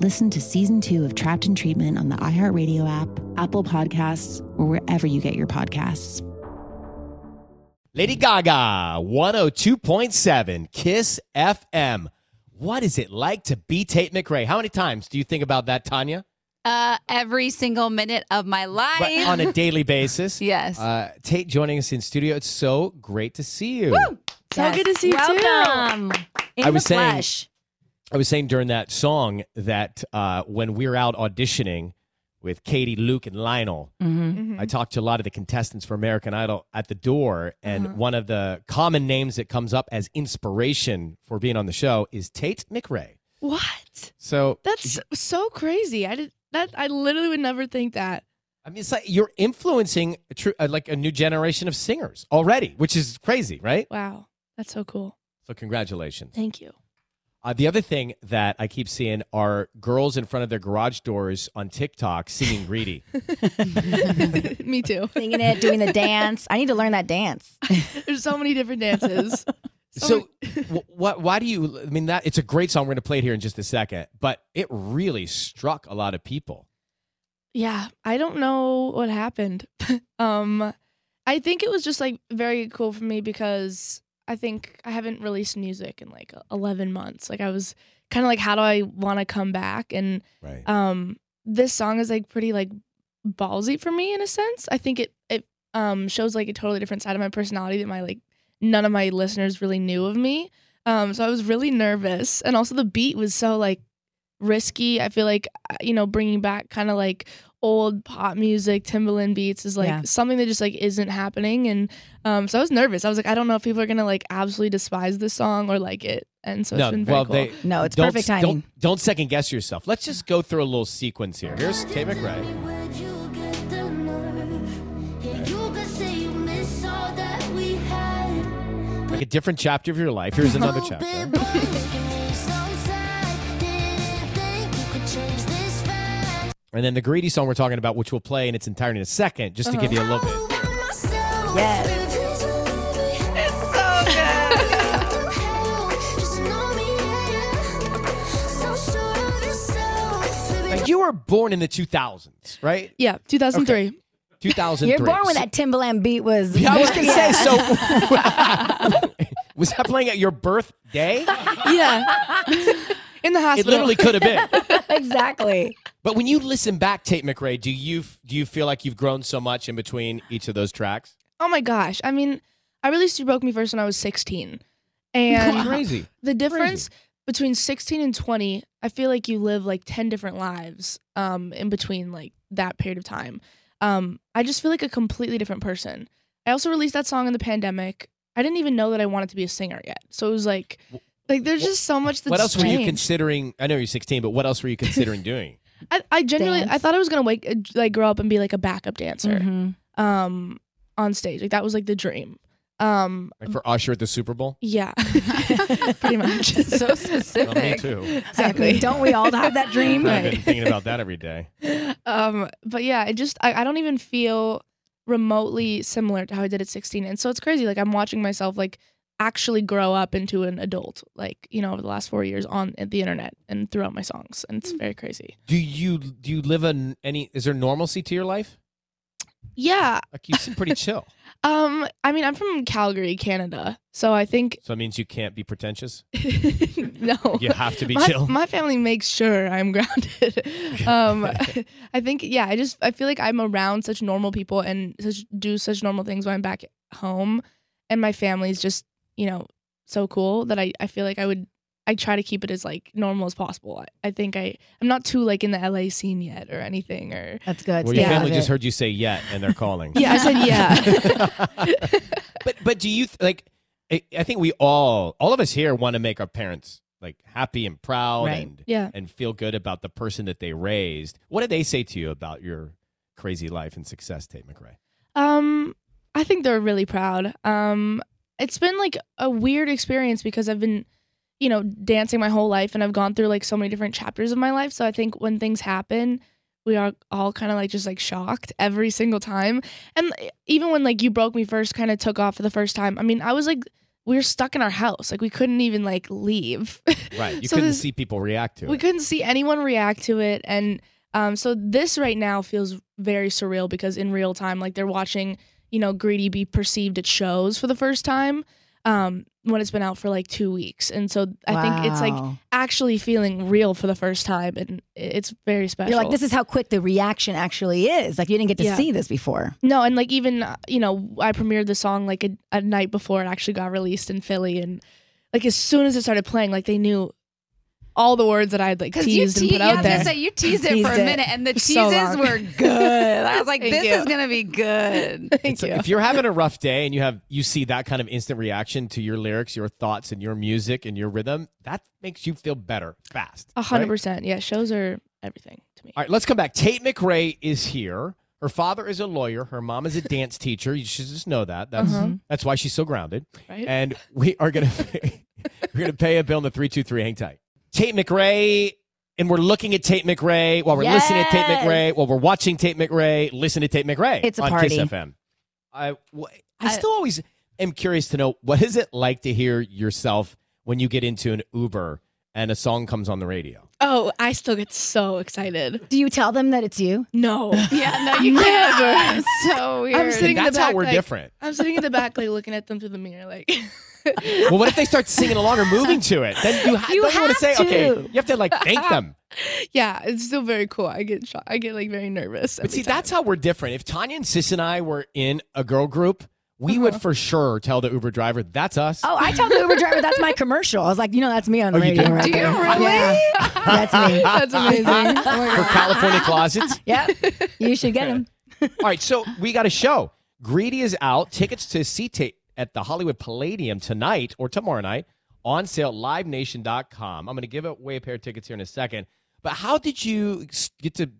Listen to season two of Trapped in Treatment on the iHeartRadio app, Apple Podcasts, or wherever you get your podcasts. Lady Gaga, 102.7, Kiss FM. What is it like to be Tate McRae? How many times do you think about that, Tanya? Uh, every single minute of my life. But on a daily basis. yes. Uh, Tate joining us in studio. It's so great to see you. Woo! So good to see you Welcome. In I the was saying- flesh. I was saying during that song that uh, when we were out auditioning with Katie, Luke, and Lionel, Mm-hmm. I talked to a lot of the contestants for American Idol at the door, and Uh-huh. one of the common names that comes up as inspiration for being on the show is Tate McRae. What? So That's so crazy. I did that. I literally would never think that. I mean, it's like you're influencing a true, uh, like a new generation of singers already, which is crazy, right? Wow, that's so cool. So congratulations. Thank you. Uh, the other thing that I keep seeing are girls in front of their garage doors on TikTok singing "Greedy." Me too. Singing it, doing the dance. I need to learn that dance. There's so many different dances. So, what? Why do you? I mean, that it's a great song. We're going to play it here in just a second, but it really struck a lot of people. Yeah, I don't know what happened. um, I think it was just like very cool for me because I think I haven't released music in like 11 months. Like I was kind of like, how do I want to come back? And Right. um this song is like pretty like ballsy for me in a sense i think it it um shows like a totally different side of my personality that my like none of my listeners really knew of me um so i was really nervous and also the beat was so like risky i feel like uh, you know bringing back kind of like old pop music timbaland beats is like Yeah. something that just like isn't happening and um so i was nervous i was like i don't know if people are gonna like absolutely despise this song or like it and so it's been very well, cool they No, it's don't, perfect timing. Don't, don't second guess yourself. Let's just go through a little sequence here. Here's Tay McRae. Like a different chapter of your life. Here's another chapter. And then the greedy song we're talking about, which we'll play in its entirety in a second, just to Uh-huh. give you a little bit. Yes. Like, you were born in the 2000s, right? yeah 2003 2003. You're born when So- that Timbaland beat was. Yeah, I was gonna say so. was that playing at your birthday? yeah. In the It hospital. literally could have been. exactly. But when you listen back, Tate McRae, do you f- do you feel like you've grown so much in between each of those tracks? oh my gosh. I mean, I released You Broke Me First when I was 16. And Crazy. the difference between 16 and 20, I feel like you live like 10 different lives um, in between like that period of time. Um, I just feel like a completely different person. I also released that song in the pandemic. I didn't even know that I wanted to be a singer yet. So it was like, like there's just so much that's what else were you changed. considering? I know you're 16, but what else were you considering doing? I, I genuinely I Dance. thought I was gonna wake uh, like grow up and be like a backup dancer Mhm. um on stage like that was like the dream um Like for Usher at the Super Bowl? yeah pretty much So Well, me specific. too. Exactly. Don't we all have that dream? I've been thinking about that every day. um but yeah it just I, I don't even feel remotely similar to how I did at 16 and so it's crazy like I'm watching myself like actually grow up into an adult like you know over the last four years on the internet and throughout my songs and it's very crazy Do you do you live in any? Is there normalcy to your life? yeah Like you seem pretty chill. um I mean I'm from Calgary Canada so I think So it means you can't be pretentious. no You have to be my, chill. my family makes sure I'm grounded. um, I think, yeah, I just I feel like I'm around such normal people and such do such normal things when I'm back home, and my family's just you know so cool that I I feel like I would I try to keep it as like normal as possible. I, I think I I'm not too like in the LA scene yet or anything or That's good. well, Stay your out family of just it. heard you say "yet" and they're calling. yeah I said yeah but but do you th- like? I, I think we all, all of us here, want to make our parents like happy and proud Right. and yeah and feel good about the person that they raised. What did they say to you about your crazy life and success, Tate McRae? Um, I think they're really proud. Um, it's been like a weird experience because I've been, you know, dancing my whole life and I've gone through like so many different chapters of my life. So I think when things happen, we are all kind of like just like shocked every single time. And even when like you broke me first kind of took off for the first time, I mean, I was like, we were stuck in our house. Like we couldn't even like leave. Right, you So couldn't this- see people react to we it. couldn't see anyone react to it and um, so this right now feels very surreal because in real time like they're watching you know greedy be perceived at shows for the first time um, when it's been out for like two weeks and so i think it's like Wow. actually feeling real for the first time and i- it's very special You're like, this is how quick the reaction actually is. Like, you didn't get to Yeah. see this before. no and like even uh, you know i premiered the song like a, a night before it actually got released in philly and like as soon as it started playing like they knew all the words that i had like Because you teased te- and put yeah, I out was gonna there say you teased it for a Teased it. minute, and the So cheeses long. were good. I was like, Thank this you. is gonna be good. Thank It's like, you. if you're having a rough day and you have you see that kind of instant reaction to your lyrics, your thoughts, and your music and your rhythm, that makes you feel better fast. A hundred right? percent. Yeah, shows are everything to me. All right, let's come back. Tate McRae is here. Her father is a lawyer. Her mom is a dance teacher. You should just know that. That's Uh-huh. that's why she's so grounded. Right? And we are gonna pay, we're gonna pay a bill in the three two three. Hang tight. Tate McRae, and we're looking at Tate McRae while we're listening to Tate Yes. McRae while we're watching Tate McRae. Listen to Tate McRae. It's a on party. Kiss FM. I wh- I I- still always am curious to know what is it like to hear yourself when you get into an Uber and a song comes on the radio. oh, I still get so excited. Do you tell them that it's you? No, yeah, no, you can't. Never. It's so weird. I'm sitting in the That's back. how we're like- different. I'm sitting in the back, like looking at them through the mirror, like. Well, what if they start singing along or moving to it? Then you, ha- You don't you have want to say, okay, to. you have to like thank them. yeah, it's still very cool. I get sho I get like very nervous. But see, that's how we're different. If Tanya and Sis and I were in a girl group, we would Uh-huh. for sure tell the Uber driver, that's us. Oh, I told the Uber driver that's my commercial. I was like, you know, that's me on the Oh, you radio. did? Right Do you there. really? Yeah. That's me. that's amazing. Oh my for God. California closets. Yep. You should get him. All right, so we got a show. Greedy is out. Tickets to see Tate at the Hollywood Palladium tonight or tomorrow night on sale livenation.com. I'm going to give away a pair of tickets here in a second. But how did you s- get to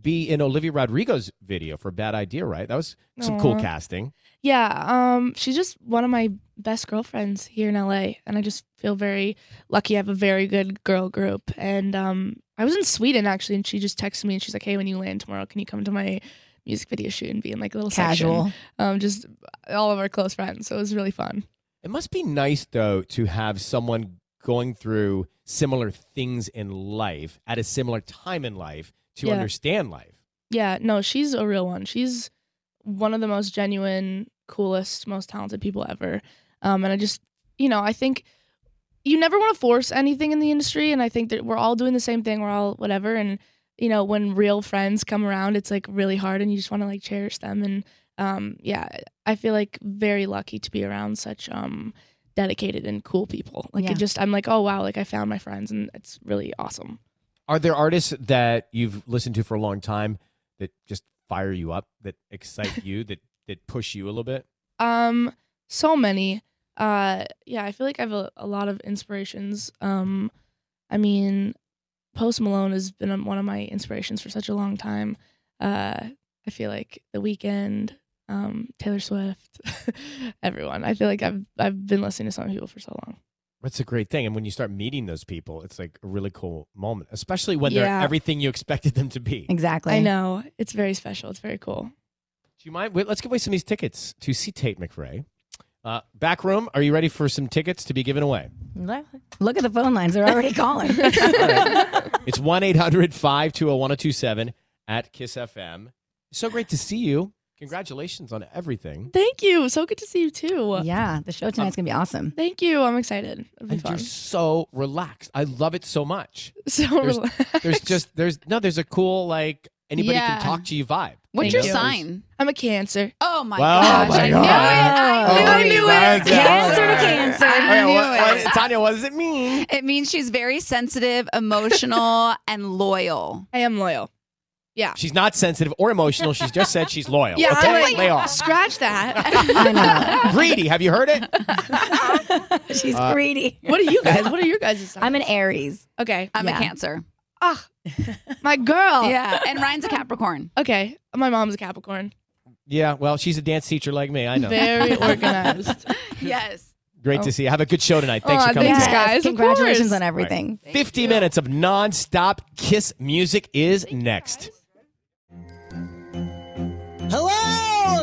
be in Olivia Rodrigo's video for Bad Idea, right? That was some cool Aw. casting. Yeah, um, she's just one of my best girlfriends here in LA, and I just feel very lucky. I have a very good girl group, and um, I was in Sweden actually, and she just texted me and she's like, "Hey, when you land tomorrow, can you come to my music video shoot and be in like a little section?" Casual. Um, just all of our close friends, so it was really fun. It must be nice though to have someone going through similar things in life at a similar time in life to Yeah. understand life. Yeah, no, she's a real one. She's one of the most genuine, coolest, most talented people ever. Um, and I just, you know, I think you never want to force anything in the industry. And I think that we're all doing the same thing. We're all whatever. And, you know, when real friends come around, it's like really hard and you just want to like cherish them. And um, yeah, I feel like very lucky to be around such um, dedicated and cool people. Like Yeah. it just, I'm like, oh, wow, like I found my friends and it's really awesome. Are there artists that you've listened to for a long time that just fire you up, that excite you, that that push you a little bit? Um, so many. Uh, yeah, I feel like I have a, a lot of inspirations. Um, I mean, Post Malone has been um, one of my inspirations for such a long time. Uh, I feel like The Weeknd, um, Taylor Swift, everyone. I feel like I've I've been listening to so many people for so long. That's a great thing. And when you start meeting those people, it's like a really cool moment, especially when they're Yeah. everything you expected them to be. Exactly. I know it's very special. It's very cool. Do you mind? Wait, let's give away some of these tickets to see Tate McRae. Uh, back room, are you ready for some tickets to be given away? Look at the phone lines. They're already calling. It's 1 800 520 1027 at Kiss FM. So great to see you. Congratulations on everything. Thank you. So good to see you too. Yeah, the show tonight's gonna be awesome. Thank you. I'm excited. It'll be And fun. you're so relaxed. I love it so much. So there's, relaxed. there's just, there's no, there's a cool, like, anybody Yeah. can talk to you vibe. What's You your know? sign? I'm a Cancer. Oh my Wow, gosh. my I God. knew it. I Oh, knew it. that's Cancer awesome. cancer. Okay, I knew what- it. what- Tanya, what does it mean? It means she's very sensitive, emotional, and loyal. I am loyal. Yeah. She's not sensitive or emotional. She's just said she's loyal. Yeah, okay, I like, lay off. scratch that. Greedy. Have you heard it? She's Uh, greedy. What are you guys? What are your guys' signs? I'm an Aries. Okay. I'm Yeah. a cancer. Ah, my girl. Yeah. And Ryan's a Capricorn. Okay. My mom's a Capricorn. Yeah, well, she's a dance teacher like me. I know. Very organized. Yes. Great to see you. Have a good show tonight. Thanks for Aw, coming. thanks, through. guys. Of Congratulations course. on everything. 50 minutes of nonstop Kiss music is next. Hello,